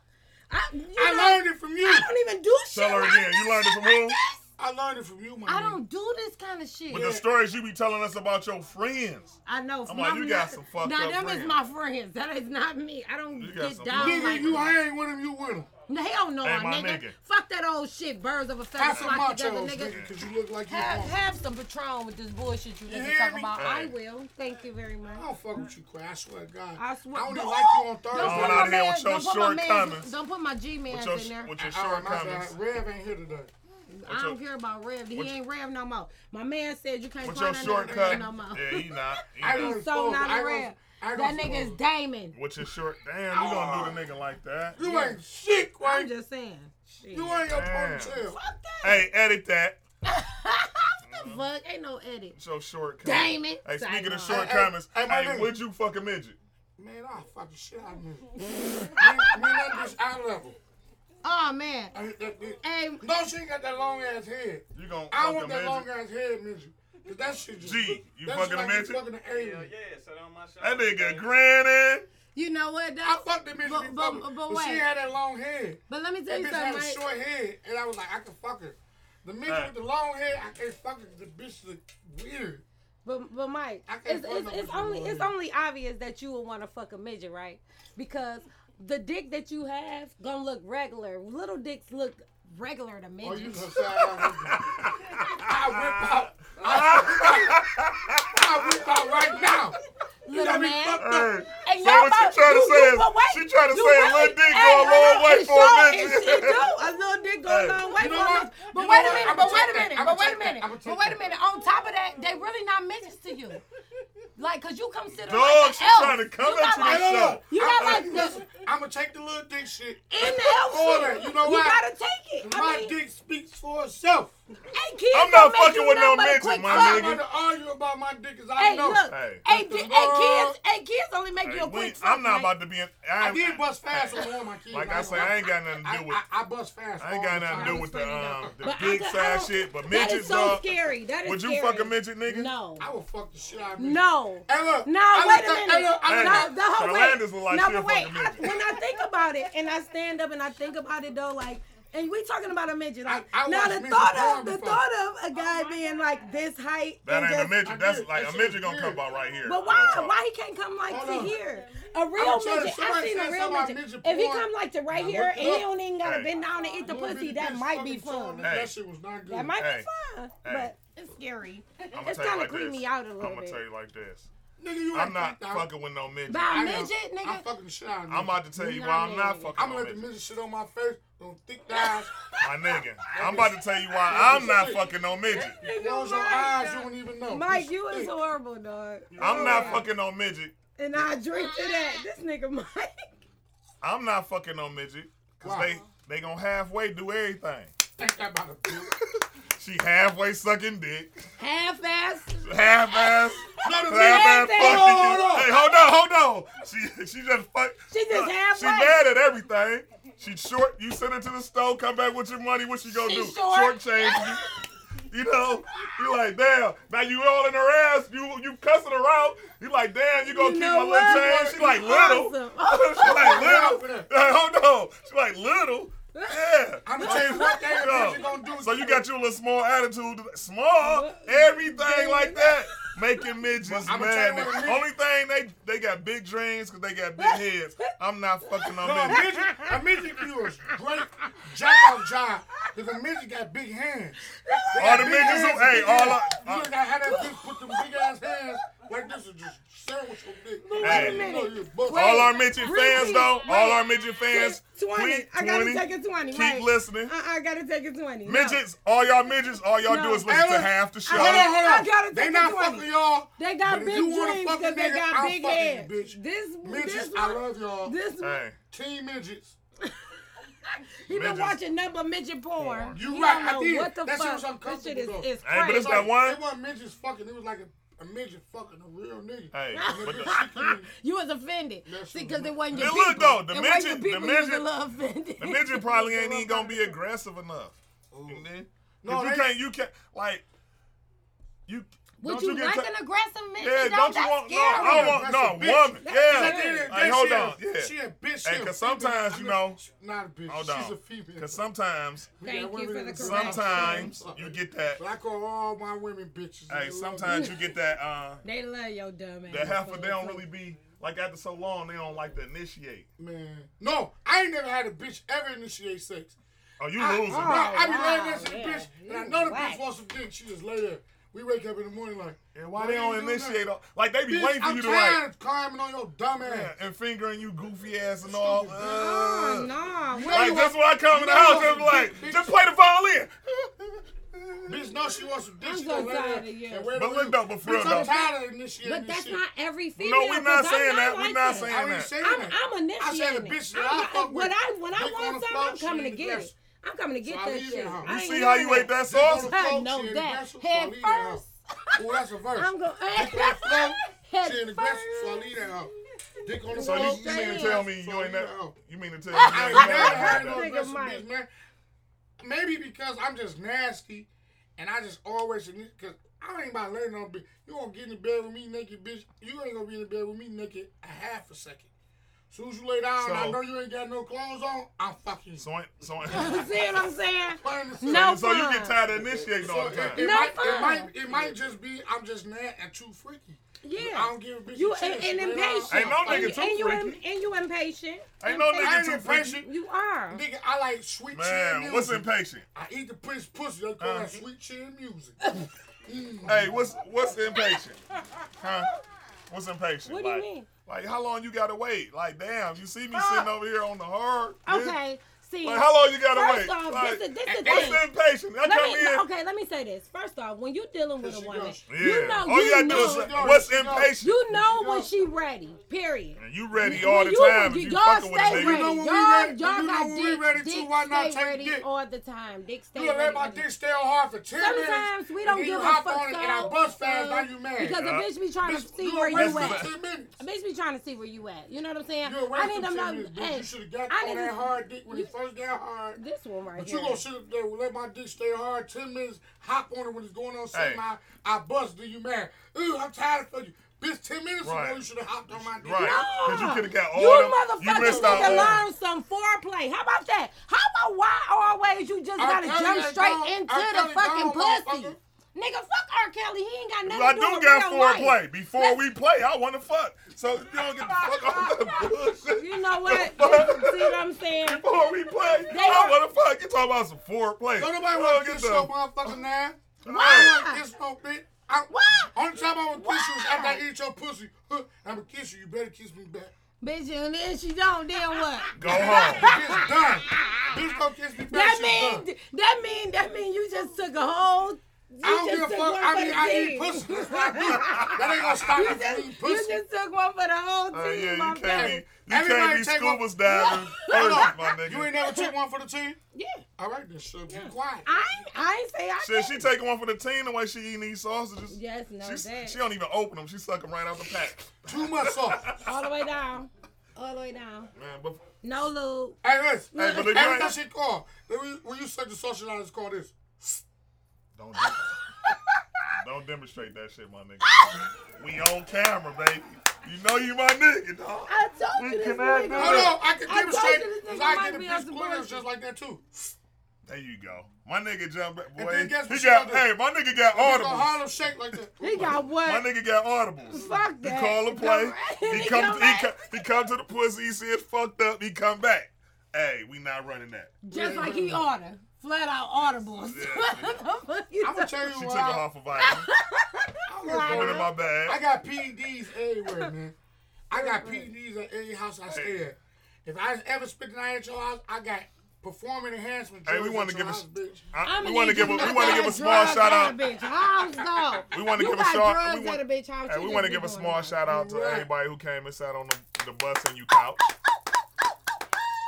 I, you I know, learned it from you. I don't even do shit. Tell her like again. this, You learned it shit from like who? this. I learned it from you, my I nigga. don't do this kind of shit. But the stories you be telling us about your friends. I know. I'm like, my- you got some fucked Now up them friends. is my friends. That is not me. I don't You got get some down. fucked up Nigga, like you that. hang with him, you with him. No, hell no, Hey, my nigga. nigga. Fuck that old shit. Birds of a feather Have some flock together, machos, nigga. nigga, because you look like you Have, want. have some Patron with this bullshit you niggas hear talking me? about. Hey. I will. Thank you very much. I don't fuck with you, Quay. I swear to God. I swear. I only Don't- like you on Thursday. Don't Going out put my here with man's. your Don't put my short man's. comments. Don't put my G With man's your in there. with your All right, Oh, my shortcomings. bad. Rev ain't here today. I your- don't care about Rev. He what's- ain't Rev no more. My man said you can't With call your that shortcut. Rev no more. Yeah, he not. He I not. don't He's [laughs] so suppose- not I a don't- Rev. I don't That nigga is suppose- Damon. With your short. Damn, we gonna do the nigga like that. You ain't shit, I'm right? just saying. Shit. You ain't your Damn. ponytail. Fuck that. Hey, edit that. The fuck? Ain't no edit. It's your shortcut. Damn it. Hey, speaking Damn. of short Hey, hey, comments, hey, hey, my nigga. would you fuck a midget? Man, I fuck the shit [laughs] out of me. Me me and that bitch eye level. Oh man. I hit that bitch. Hey, No, she ain't got that long ass head. You gonna I fuck a want that long midget? ass head, midget. Cause that shit just. Gee, you that fucking shit a like you midget? Fucking an alien. Hell yeah, sit on my That shoulder. nigga granny. you know I what? That, fucked that bitch. But- But, but- but, but she wait. had that long head. but let me That tell you bitch had something. a Right? short head, and I was like, I can fuck her. The midget Uh. with the long hair, I can't fuck her. 'cause The bitch look weird. But but Mike, I can't it's find it's, no it's bitch only no it's more. only obvious that you would want to fuck a midget, right? Because the dick that you have gonna look regular. Little dicks look regular to Oh, you midgets. look sad. [laughs] I whip out. I whip out right now. You Little got me man. fucked up. Hey, And so y'all what about- she trying to you- say you- is but wait, she trying to you say a wait. little dick Hey, go a I long know, way it for a sure- it midget. [laughs] sure do. A little dick go Hey. a long way You know for a what? midget. But You know wait a what? minute. I'ma But wait take a that. minute. I'ma But wait a take that. minute. I'ma But take wait a that. minute. On top of that, they really not midgets to you. Like, cause you consider Dog, like an she elf. trying to come you got at you like, with No, shit. You no, got like no. this I'm gonna take the little dick shit. in the elf All shit. that, you know why? gotta take it. My I mean, dick speaks for itself. hey, kids I'm don't not make fucking you with no nothing but a midget, quick my fuck. I'm nigga. not to argue about my dick because I Hey, know. look. Hey. Hey, hey, di- Look, hey, uh, kids. Hey, kids only make Hey, you a we- quick fuck. I'm not Mike. about to be in. I, I did bust fast on one of my kids. Like I say, I ain't got nothing to I, do with. I, I bust fast. I ain't all got the nothing to time. do with the um, the But I big got- I side don't- shit. But That is midgets, so dog. scary. That is Would you scary. fuck a midget, nigga? No. I will fuck the shit out of me. No. Hey, look. No, I wait looked a at- minute. Hey, look, I no, looked the at- whole Shalanda's look like no, she a but wait. fucking I, midget. when I think about it and I stand up and I think about it though, like, and we talking about a midget. Like, I- I now watched the midget thought porn of the before. thought of a guy being like this height. That and ain't a just- I midget. That's did. like That a shit midget is gonna come weird. about right here. But Real why? talk. Why he can't come like Hold to on. here? A gonna real tell you, midget. I somebody seen said a real something about midget. midget If he porn. come like to right Now, here look and he up. don't even gotta Hey. bend down and eat the One of pussy, these that bitches might fucking be told fun. me Hey. That shit was not good. That might Hey. be fun, Hey. but it's scary. I'm it's kind of creeped me out a little I'm gonna bit. tell you like this. Nigga, you I'm ain't not fucked out. fucking with no midget. By I a know. midget, I'm nigga. fucking shit out of me. I'm about to tell you why I'm not fucking I'm gonna with no let the midget. midget shit on my face. Don't [laughs] think thighs. My nigga, I'm about to tell you why I'm not fucking no midget. Close your eyes, you won't even know. Oh Mike, This you is thick. horrible, dog. I'm not fucking no midget. And I drink to [laughs] that. This nigga Mike. I'm not fucking no midget. Cause Why? they they gonna halfway do everything. Think that [laughs] about a bitch. She halfway sucking dick, Half ass. half ass, No, the half ass Everything. Hold on, fucking. hold on. Hey, hold on, hold on. She she just fuck. She just She halfway. mad at everything. She short. You send her to the store. Come back with your money. What she gonna She do? short. change. You, you know. You like damn. Now you all in her ass. You you cussing her out. You like damn. You gonna You keep know my little what? change? She like You little. [laughs] awesome. she like Wow, little. man. Hey, hold on. She like little. [laughs] Yeah. I'm gonna tell you what thing a bitch gonna do. So you got your little small attitude, small, everything like that, making midgets I'ma mad. tell you what a midget- Only thing they they got big dreams because they got big heads. I'm not fucking on No, a [laughs] midgets. midget, a midget do a great jack off job because a midget got big hands. They All got the big midgets hands who- and hey, big all ass. I- you I- just gotta have that bitch put them big ass hands like this and just sandwich your dick. But wait a You minute. know you're butt- Wait. All our midget Really? fans, though. All Wait. our midget fans. Twenty. please, I gotta take a twenty. Keep right. listening. Uh, I gotta take a twenty. No. Midgets, all y'all midgets, all y'all No. do is listen to Ellen, half the show. Hold on, hold I on. gotta they take not the 20. fucking y'all. They got But if big you wanna dreams fuck a because they nigga, got I'll big fuck you, heads. bitch. This, Midgets, this I one, love y'all. this one, Hey, Team midgets. he been midgets. watching nothing but midget porn. You He right, don't I know did. What the That shit fuck? was this shit is, uncomfortable, is crazy. Hey, but it's like- Like, one? It wasn't midgets fucking. It was like a, a midget fucking a real nigga. [laughs] hey. And But the the, bitch, she couldn't- You was offended That's See, what- 'cause it wasn't your Hey, look, people. though, the It wasn't your midget- the people, you was a midget- little offended. the midget probably ain't even gonna be aggressive enough. You dig? 'Cause No, you they- can't. You can't. Like you. [laughs] Would don't you, get like ta- an aggressive midget? Yeah, though? don't you That's want? No, scary. I want no woman. That That's Yeah. scary. nigga- Hey, that hold she a- on. Yeah. She a bitch. Hey, she a 'cause female. sometimes, I you mean, know- she not a bitch. Hold She's on. a female. Because sometimes, We got Thank you women for the that's correction. girls. sometimes you get that. But I call all my women bitches. Hey, sometimes you get that. Uh, They love your dumb ass. that half of so they don't it's really be like after so long they don't like to initiate. man. No, I ain't never had a bitch ever initiate sex. Oh, you I, losing? bro, bro. I be laying wow, next to the yeah. bitch, and I You know the whack. bitch wants some dick. She just lay there. We wake up in the morning like, And why they don't you do that? initiate? all- Like they be Bitch, waiting for I'm you to tired like of climbing on your dumb ass. yeah, and fingering you goofy ass and all. Stupid. Uh, Oh no. You know Like you that's want- why I come in you the know you house want and some be like, big bitches. just play the violin. Bitch, no, she wants some I'm dick. so tired of you. But look though, but for real Bitch, I'm though. tired of initiating But this that's shit. not every female. No, we're not 'cause I'm saying that. We're like not that. saying I ain't that. saying I'm, that. I'm I initiating. said the bitch that I I'm- fuck with. when I when I dick on want the something, floor, I'm she coming in to the get dress. it. I'm coming to get I that leave it shit. at home. I You ain't See how you doing ate that that. sauce? Dick on the floor, know she in the that. dress, so I Head leave that hoe. Oh, that's a verse. [laughs] I'm going. [laughs] Dick on the floor, she in the dress, so I first. leave that hoe. Dick on the So floor, you, she you in mean the to tell dress, me so you I leave ain't never? that hoe. You mean to tell me I ain't you [laughs] ain't never heard never? no Nigga aggressive Mike. bitch, man. Maybe because I'm just nasty, and I just always because I ain't about to let no bitch. You gonna get in the bed with me naked, bitch. You ain't gonna be in the bed with me naked a half a second. Soon as you lay down, and I So- know you ain't got no clothes on. I'm fucking. you. [laughs] So ain't, so [laughs] ain't, See what I'm saying? Plain and No. so you get tired of initiating all the So it, time. it, No might, it fun. might it might just be I'm just mad and too freaky. I Yeah. don't give a bitch. a You and, chance and to lay down. impatient. Ain't no [laughs] nigga and, you- too and you im- freaky. and you impatient. Ain't no I nigga ain't too freaky. impatient. You are. Nigga, I like sweet chin Man, music. what's impatient? I eat the prince pussy. They call Uh. that sweet chin [laughs] music. Hey, what's what's impatient? Huh? What's impatient? What do you like, mean? Like how long you gotta wait? Like damn, you see me sitting over here on the hard. bitch? Okay. See. Like how long you gotta First wait? off, this like, is- this is the what's thing. impatient? I Let come me, in. okay, let me say this. First off, when you're dealing with a Here she woman, goes. Yeah. you know, all you, you gotta do know, is She goes, what's she goes. impatient? you know she when goes. she ready. Period. And you ready When all the you- time. if you y'all fucking with a stay nigga. You ready. know when we y'all, ready- y'all you know got when we dick, ready too, dick why not stay take ready dick? all the time. Dick stay You done ready. let my all the dick stay on hard for 10 minutes. Sometimes we and don't then give you a hop fuck. on it and I so, bust fast. uh, Now you mad. Because Uh, a bitch be trying Bitch, to see you where wasted you at. 10 minutes. A bitch be trying to see where you at. You know what I'm saying? You I wasted need 10 them know. minutes, bitch. Hey, You should have got I on need that to- hard dick when you- it first got hard. This one right But here. you gonna sit up there and let my dick stay hard 10 minutes, hop on it when it's going on Hey. something. I, I bust, then you mad. Ooh, I'm tired of you. Bitch, 10 minutes Right. ago, you should have hopped on my dick. Right. No. 'Cause you coulda got all You them- motherfuckers you missed out need to all learn some foreplay. How about that? How about why always you just R. gotta Kelly jump ain't straight gone. into R. the Kelly fucking gone, pussy? motherfucker. Nigga, fuck R. Kelly. He ain't got nothing I to do do with got real four life. play. Before we play, I want to fuck. So you don't get the fuck off [laughs] that bullshit. You [laughs] know what? Fuck. See what I'm saying? Before we play, They I are- want to fuck. You talking about some four play? Don't nobody want to kiss your motherfucking [laughs] ass. Why? I don't want to kiss no bitch. I, Why? Only time I would kiss you is after I Why? eat your pussy. Huh, I'ma kiss you. You better kiss me back. Bitch, and then she don't, then what? Go [laughs] home. It's done. Bitch, don't kiss me back. That shit's done. mean that mean that mean you just took a whole you I don't just give a took fuck. one I for mean, the I eat team. [laughs] pussy. That's what I do. That ain't gonna stop me You from just, eating you pussy. just took one for the whole team, Uh, yeah, my you can't be, baby. you can't Everybody be take scuba one- [laughs] diving first, my nigga. You ain't never took one for the team? Yeah. All right, then, sure. Be quiet. I ain't- I ain't say I Shit, can't. she taking one for the team the way she eating these sausages. Yes, no, She's- that. she don't even open them. She suck them right out the pack. Too much sauce. all the way down, all the way down. Man, but No lube. [laughs] Hey, listen. Hey, but if you Every ain't- time she call, when you- when you such a social line, it's called this. don't [laughs] dem- don't demonstrate that shit, my nigga. We on camera, baby. You know you my nigga, dog. I told you We this cannot Mm, nigga. do No, no, I can I told demonstrate you this because nigga I might get be the on bitch some corners bullshit. just like that, too. There you go. My nigga jump back, boy. then guess what he she got, gonna do? hey, my nigga got It's a audibles. Harlem shake like that. He got My what? nigga got audibles. Fuck that. He call a play. [laughs] He He come come, he back. come, he come to the pussy. He see it's fucked up. He come back. Hey, we not running that. Just like he ordered. Flat out audibles. Yeah. [laughs] What the fuck you I'm gonna talking- tell She you took what. a I, [laughs] half a vitamin. I Put it in was- my bag. I got PEDs everywhere, man. I got PEDs at any house I stay at. If I ever spend the night at your house, I got performing enhancement. Hey, we drugs want at to your give a, house, bitch. I, I'ma we want to need you give a, we knock want to out give a small drugs shout at out. a Bitch. House, [laughs] though. We wanna You give a got shout- drugs we want- at a bitch house. Hey, you we just want to be give a doing small that. shout out to Right. everybody who came and sat on the, the bus and you couch.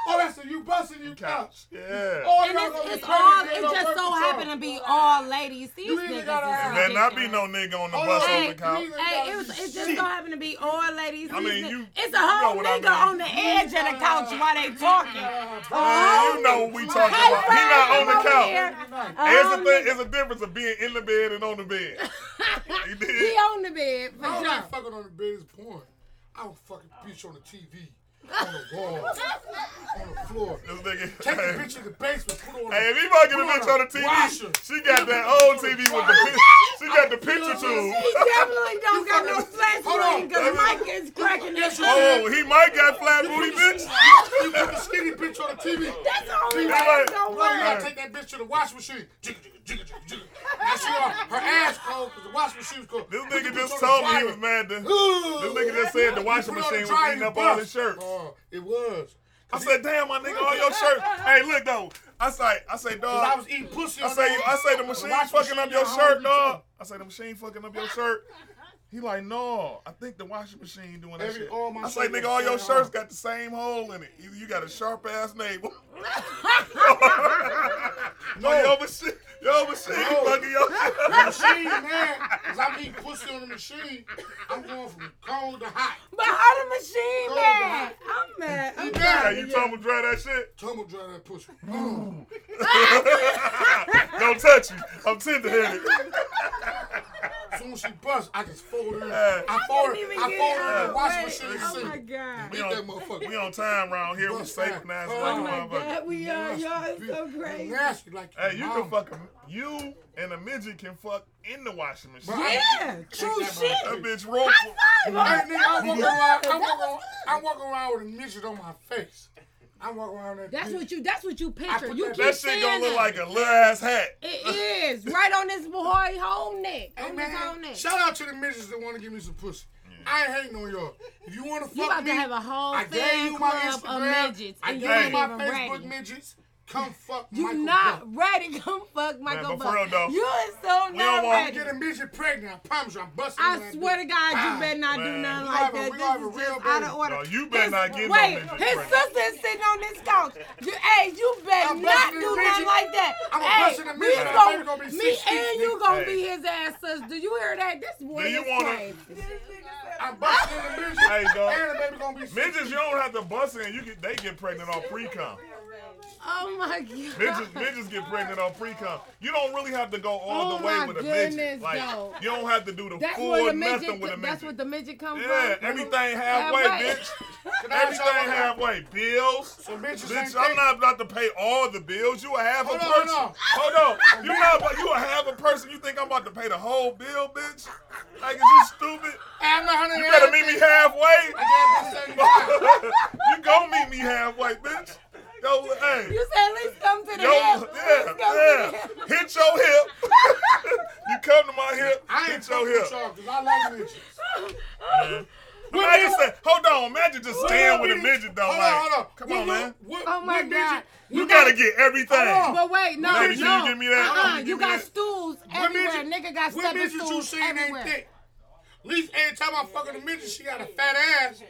Oh, that's a you busting you couch. Couch. Yeah. Oh, And y'all it's, gonna be it's crazy, all, ain't it no just so purpose happened on. to be all ladies. These You either niggas gotta is have- There not be ridiculous. no nigga on the Hold bus on, on you the ain't couch. gotta Hey, it do was it just shit. so happened to be all ladies. I mean, These you- ni- it's you a know whole what I nigga mean. on the edge of the couch while they talking. Man, Oh, you know what we talking about. He not on the over couch. here. Right. It's a, Um, thing, it's a difference of being in the bed and on the bed. [laughs] You did. He on the bed for I don't sure. like fucking on the bed is porn. I don't fucking bitch on the TV, on the wall, on the floor. This nigga. Take the hey. bitch in the basement, put her on. Hey, the- if he fucking a put her bitch on the TV, washer. she got that old TV with the pic- she got the picture tube. [laughs] He definitely don't got no flesh Hold ring on. because Mike is cracking his Oh, he might got flat booty, bitch. You put the skinny bitch on the TV. That's the only You way like- it's gonna know you work. gotta take that bitch to the wash machine. Jigga, jigga, jigga, jigga, jigga. Now she on her ass cold because the wash machine was cold. This Put the nigga bitch just on the told me he dryer. [laughs] was mad. To, this Ooh. nigga just said the You washing put it on the machine was dryer, eating you up all his bust. shirts. Oh, it was. I said, damn, my nigga, all your [laughs] shirt. Hey, look though. I say, I say, dog. I was eating pussy. I on say, that- I say the on machine washing fucking up machine, your I shirt, hungry dog. I say the machine fucking up your shirt. He like, no, I think the washing machine doing that Every- shit. all my I say, shirts nigga, got all your the same shirts hole. got the same hole in it. Either you got a sharp ass [laughs] navel. no, your machine, your machine No. [laughs] fucking your too. The machine, man, because I'm eating pussy on the machine. I'm going from cold to hot. But how the machine Go, mad? I'm mad. I'm Yeah, Yeah, sorry, you yeah. told me dry that shit. Tumble dry that pussy. Mm. Don't touch me. I'm tender headed. [laughs] As soon as she busts, I just fold her. in. Yeah. I I fold can't her. even I get fold it her in out the of washing the machine way. and Oh sink. my god. Beat that motherfucker. We on time round here. We Bust safe that. and ass Oh like Oh a my my motherfucker. god, we are. Nasty. Y'all are so Be- crazy. Nasty like Hey, you your can mama. fuck a, you and a midget can fuck in the washing machine. Bruh. Yeah, true Take that shit. That motherfucker. bitch roll. High five, Hey, Mark. nigga, I walk around, I walk around, I walk around with a midget on my face. I walk around that. That's bitch. what you. That's what you picture. put You that- keep That saying shit gonna look that. like a little ass hat. It is right on this boy whole neck. Hey, On man, his whole neck. shout out to the midgets that want to give me some pussy. I ain't hating on y'all. If you want to You fuck about me, to have a whole I gave fan you my club of Instagram. midgets, I and gave you you ain't my even Facebook ready. midgets. Come fuck You Michael not Buck. ready? [laughs] Come fuck Michael but for real though, Buck. You is so we not don't want- I ready. get a midget pregnant. I promise you, I'm busting. I that swear bitch. to God, Ah. you better not do Man. gonna We nothing like have a- we that. gonna have a This is just real out baby. of order. No, you better His- not get no Wait, midget his pregnant. sister's sitting on this couch. You, hey, you better I'm not busting do this nothing midget. like that. I'm a hey, busting a we midget. is That gonna- baby gonna be me six feet, and you nigga. gonna Hey. be his ass, sis. Do you hear that? This boy Do you is wanna- crazy. I'm busting the midget. Hey, [laughs] dog. And the baby gonna be. six. Midgets, you don't have to bust in. You get they get pregnant on pre cum. Oh my god. Midgets, [laughs] midgets get pregnant on pre cum. You don't really have to go all Oh the way my with a midget. goodness, Like though. you don't have to do the That's full where the midget. nothing with a midget. That's what the midget comes yeah, from. everything halfway, Halfway. bitch. Can I Everything shout out- halfway. Bills. So bitches ain't Bitch, I'm thick. not about to pay all the bills. You a half Hold a on, person. hold on. Hold [laughs] on. You not about, you a half a person. You think I'm about to pay the whole bill, bitch? Like is you stupid? I'm not hundred. You [laughs] better meet me halfway. [laughs] halfway. you gonna meet me halfway, bitch. Yo, hey. You said at least come to the Yo, half. yeah, Let's go yeah. to the half. Hit your hip. [laughs] you come to my hip. [laughs] I ain't hit fucking your with hip. y'all because I like midgets. Imagine say, hold on. Imagine just staying with a midget though. Hold like, on, hold on. come What- on, what- man. what- Oh my what midget- God. what You gotta midget- get everything. Hold on. But wait, no, Baby, can no. you give me that? Uh-uh, Can you you give me got that? stools What everywhere. midget- Nigga got What stepping midget you stools seen everywhere. ain't thick. At least every time I'm fucking a midget, she got a fat ass.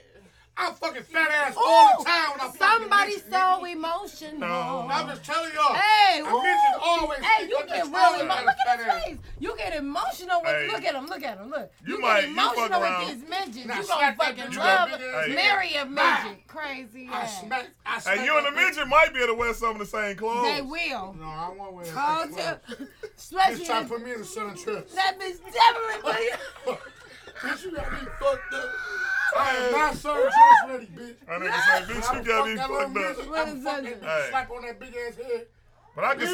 I'm fucking fat ass all the Ooh, time when I'm fucking a somebody midget, so nigga. emotional. No, I'm just telling y'all. Hey, a ooh, midget's always hey, thick. you I'm get just really telling emo- y'all, look fat at his ass. face. You get emotional with Hey. look at him, look at him, look. You You, might- get you fuck emotional around. with these midgets. Nah, you smack gonna that fucking bitch love up, nigga. Hey. marry a Bah. midget. Crazy I ass. smack. I smack. Hey, you and the that bitch. midget might be able to wear some of the same clothes. [laughs] They will. No, I won't wear Oh, that. too. Bitch trying to Especially put me in the southern trip. that bitch definitely put [laughs] it- bitch, you got me fucked up. I am not southern trip ready, bitch. That nigga say, bitch, you got me Fuck that little fucked midget. up. What I'm is fucking that? that bitch, Hey. Slap on that big ass head. But I can see,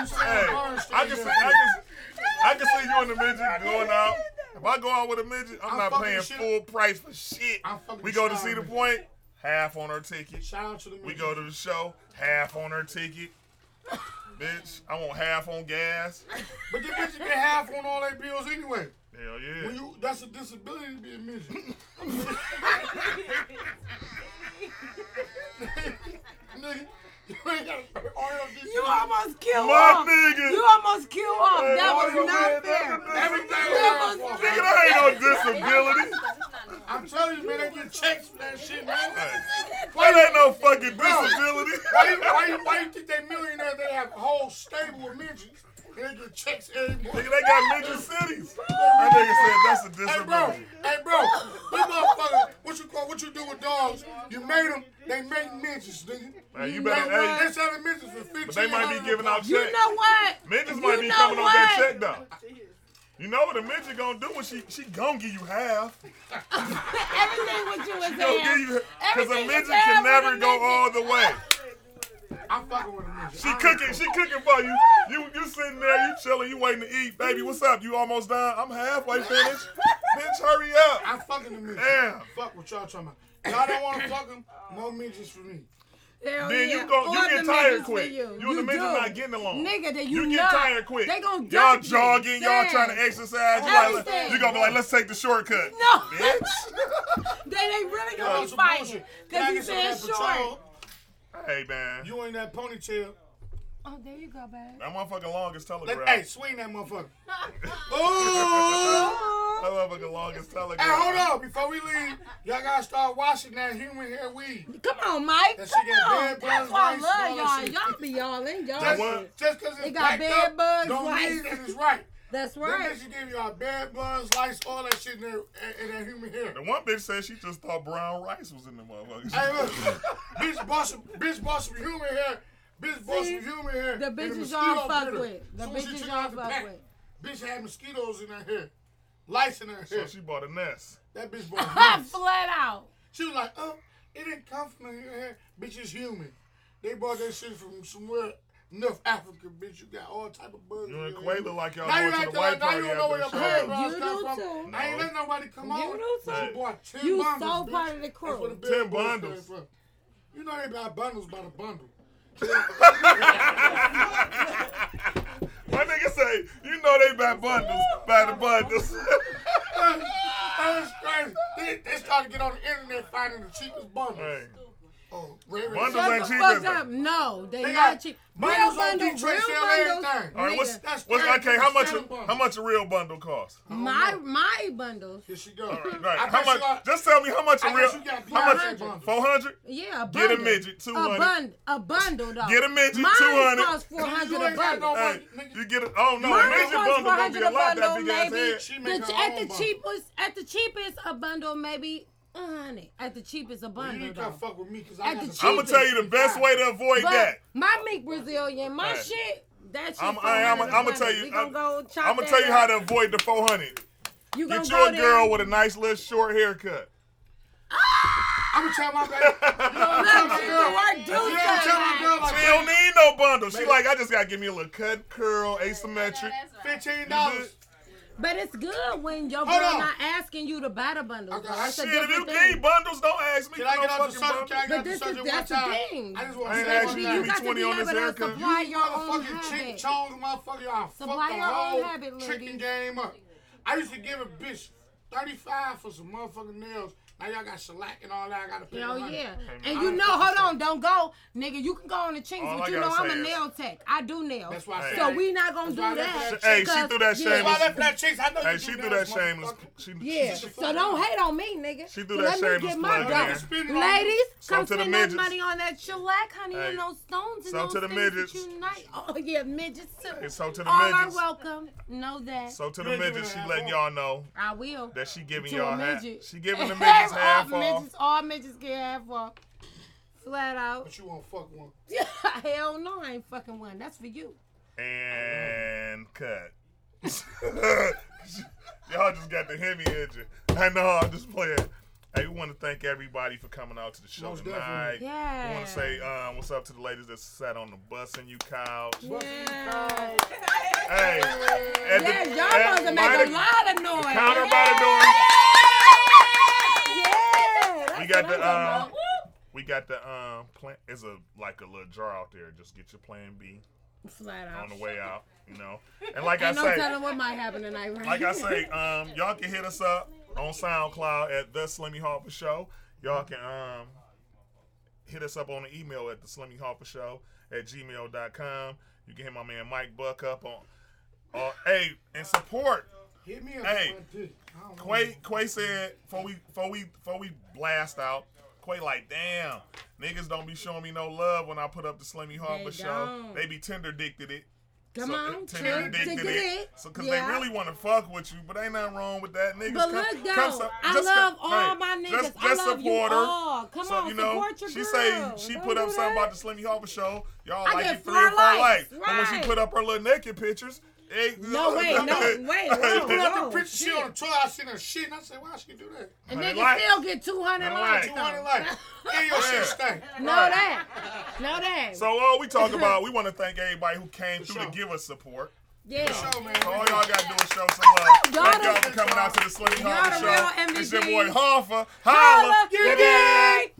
You say hey, orange I can thing, see, yeah. I can, I can see you and the midget going out. If I go out with a midget, I'm, I'm not fucking paying the shit. full price for shit. I'm fucking We the go shit to out see of the it. point, half on her ticket. Shout out to the midget. We go to the show, half on her ticket. Bitch, I want half on gas. But the bitches get half on all their bills anyway. Hell yeah. When you, that's a disability to be a midget. [laughs] Nigga, you ain't got to all your [laughs] You almost killed My off. nigga. You almost killed off. Hey, That why was you mad? not That's a fair. Everything That was half, Nigga, man. that ain't no disability. I'm telling you, man, they get checks for that shit, man. [laughs] Hey, That ain't no fucking disability. Why you, why, you, why you think they millionaires? They have a whole stable of midgets. And they get checks every month. Nigga, they got midget cities. That nigga said that's a Hey bro, disability. hey bro, this motherfucker, what you call, what you do with dogs? You made them, they make midgets, nigga. Hey, you better- they, hey. they selling midgets for fifteen. But they might be giving out You checks. know what? Midgets You might be know coming on that what? check though. You know what a midget gonna do when she she gonna give you half. Everything with you Gonna is give there. you because a Everything midget is half can with a never go midget. all the way. I'm fucking with a midget. She cooking, she cooking for you. You you sitting there, you chilling, you waiting to eat. Baby, what's up? You almost done? I'm halfway [laughs] finished. Bitch, hurry up. I'm fucking a midget. Damn. Fuck what y'all talking about. Y'all don't want to fuck them. No midgets for me. Oh, Hell Then yeah. you go, you All get the tired midgets for quick. You, You, and the midget do. not getting along. Nigga, that you get not. tired quick. They gonna y'all dump you. jogging, y'all Damn. trying to exercise. You, like, Everything. you gonna be like, let's take the shortcut. [laughs] No. Bitch. They they really Y'all gonna on be some fighting bullshit. Can because I get he's saying some of that short. Patron? Hey man, You ain't that ponytail. Oh, there you go, babe. that motherfucking longest Let, telegraph. hey, swing that [laughs] motherfucker. Ooh! That motherfucking longest Hey, telegraph. hold on. Before we leave, y'all gotta start washing that human hair weed. Come on, Mike. That shit Come got on. bed That's bugs, why lice, I all that love y'all. shit. Y'all be y'all in y'all. Just, what? shit. just cause it's It got packed bed up, bugs, don't lice. mean that it's [laughs] right. That's Right. right. Them bitches give y'all bed bugs, lice, all that shit in, their, in, in that human hair. The one bitch said she just thought brown rice was in the motherfucker. Hey, look, bitch bought some, bitch bought some human hair. Bitch bought See? some human hair. The and bitches mosquito y'all fuck bit her. with. The Soon as she bitches took it y'all out the fuck pack, with. Bitch had mosquitoes in her hair, lice in her so hair. she bought a nest. that [laughs] bitch bought Ha, lice. Flat out. She was like, oh, it didn't come from your hair. Bitch, it's human. They bought that shit from somewhere North Africa, bitch. You got all type of bugs. You in and your Quay hair. look like y'all Now you going to act the like white now party you don't know where your after the parent show. rods You come do from. too. I ain't let nobody come on. You do too. She bought ten You bundles. so bitch. part of the crew. That's where the Ten big boys came bundles. from. You know they buy bundles by the bundle. [laughs] My nigga say, you know they buy bundles, buy the [laughs] bundles. [laughs] That's crazy. They, they started to get on the internet finding the cheapest bundles. hey, Oh, Ray Ray. Bundles Shut ain't up. cheap, Fuck is they? up. No, they, They not got cheap. Real bundles on bundles, Detroit real sell bundles. everything. all right, what's nigga. That's what's crazy. okay? How much? Seven bundles. How much a real bundle cost? my my bundles? Here she go. All right, I right. How bet you much? got- Just tell me how much I a bet real. you got How much? 400. Four hundred. Yeah, a Get a bundle. midget, 200. A bundle, a bundle though. Get a midget, Mine 200. cost four hundred You a ain't got bundle. no Hey, nigga. you get a. Oh no, a Mine major costs bundle gonna be 400 a lot. That bundle, big ass maybe. head. She The, make ch- her at own the bundle. cheapest, at the cheapest a bundle maybe a hundred. At the cheapest a You bundle ain't gotta though. fuck with me because I At got the the I'm gonna tell you the best way to avoid But that. my meek Brazilian, my Alright. shit. That shit. I'm, I, I'm, I'm gonna tell We you. gonna I'm, go chop I'm gonna that tell you up. how to avoid the 400. You gonna Get go you a there. girl with a nice little short haircut. [laughs] I'm gonna tell my baby. You know [laughs] what I'm Look, telling my girl? the word You do know what I'm telling my girl? She Like, don't baby, need no bundle. She like, I just gotta give me a little cut, curl, asymmetric. That's right. fifteen dollars. But it's good when your Hold girl on. not asking you to buy the bundle. Okay, That's I Shit, a if you different need thing. bundles, don't ask me. Can for I no get out the fucking subject? Can I get bundle. But out the this is- subject one that's the time? thing. I just want I to ain't say asking one thing. you to You Give me got to 20 be on this able to haircut. supply your own motherfucking chick habit. chones, motherfucker. Y'all Supply fucked the your own whole habit, ladies. tricking game up. I used to give a bitch 35 for some motherfucking nails. Now y'all got shellac and all that. I gotta pay Hell money. Oh, yeah. man, And I you don't know, fucking hold on, don't go. Nigga, you can go on the chinks, All but I you know gotta I'm a say is- nail tech. I do nails. That's why I So said- we not gonna do That's why I left that. that Hey, she threw that because- shame. That's why I left Shameless. that chicks. I know Hey, you she do threw that nails, shameless. motherfucker. She, Yeah. she- So don't hate on me, nigga. She threw that So Let me shameless get my plug Y'all in can dollars. there. spend it on me. Ladies, So come to the spend that midgets. money on that shellac, honey, Hey. and those stones and So those to the things that midgets. you like. Oh yeah, midgets too. And so to the All midgets. are welcome. Know that. So to You the ain't giving midgets, her she half letting off. y'all know I will. that she giving To a y'all half. midget. She [laughs] giving the midgets all half off. midgets, all midgets get half off. Flat out. [laughs] But you won't fuck one. Hell no, I ain't fucking one. That's for you. And cut. [laughs] Y'all just got the Hemi engine. I know, I'm just playing. Hey, we want to thank everybody for coming out to the show Most tonight. definitely. We Yeah. want to say um, what's up to the ladies that sat on the bus and you couch. [laughs] Yeah. Hey, at Yeah, y'all at- about to make by a the lot of noise. Counter yeah. by the door. Yeah. That's We got what the, I'm um, talking about. We got the um plan. It's a like a little jar out there. Just get your plan B Flat out. on the way out. You know. And like I [laughs] Ain't no say, telling what might happen tonight, right? like I say, um, y'all can hit us up on SoundCloud at the Slimmy Harper Show. Y'all can um hit us up on the email at the Slimmy Harper Show at gmail.com. You can hit my man Mike Buck up on uh, hey and support. Hit me up. Hey, my dick. I don't know. Quay Quay said before we before we before we blast out, Quay like, damn, niggas don't be showing me no love when I put up the Slimmy Harper They show. don't. They be tender dicked it. [laughs] Come So, eh, on, to try their dick to to get their- it. So, cause Yeah. they really want to fuck with you, but ain't nothing wrong with that, niggas. But come- look though, come su- I just love come- all hey, my niggas. Just, I just love you support her. all. Come so, on, you know, support your she girl. say she Don't put up do something that. about the Slimmy Harper show. Y'all I like get it three or four four likes, likes. But when right. she put up her little naked pictures, it, No, wait, [laughs] no, wait, I put up Oh, the picture. She shit. on the toilet. I seen her shit, and I said, "Why she do [laughs] that?" And Hundred niggas likes. still get 200 Hundred likes. likes. You though. want it [laughs] like? And your shit stank. Know that. Know that. So all we [laughs] talk about, we want to thank everybody who came through sure. to give us support. yeah. Show man. So all y'all gotta do is show some love. Y'all Thank y'all the- for coming out to the Slim y'all Harper the real show. It's your MVP. boy Hoffa. Holla, Holla, you dig?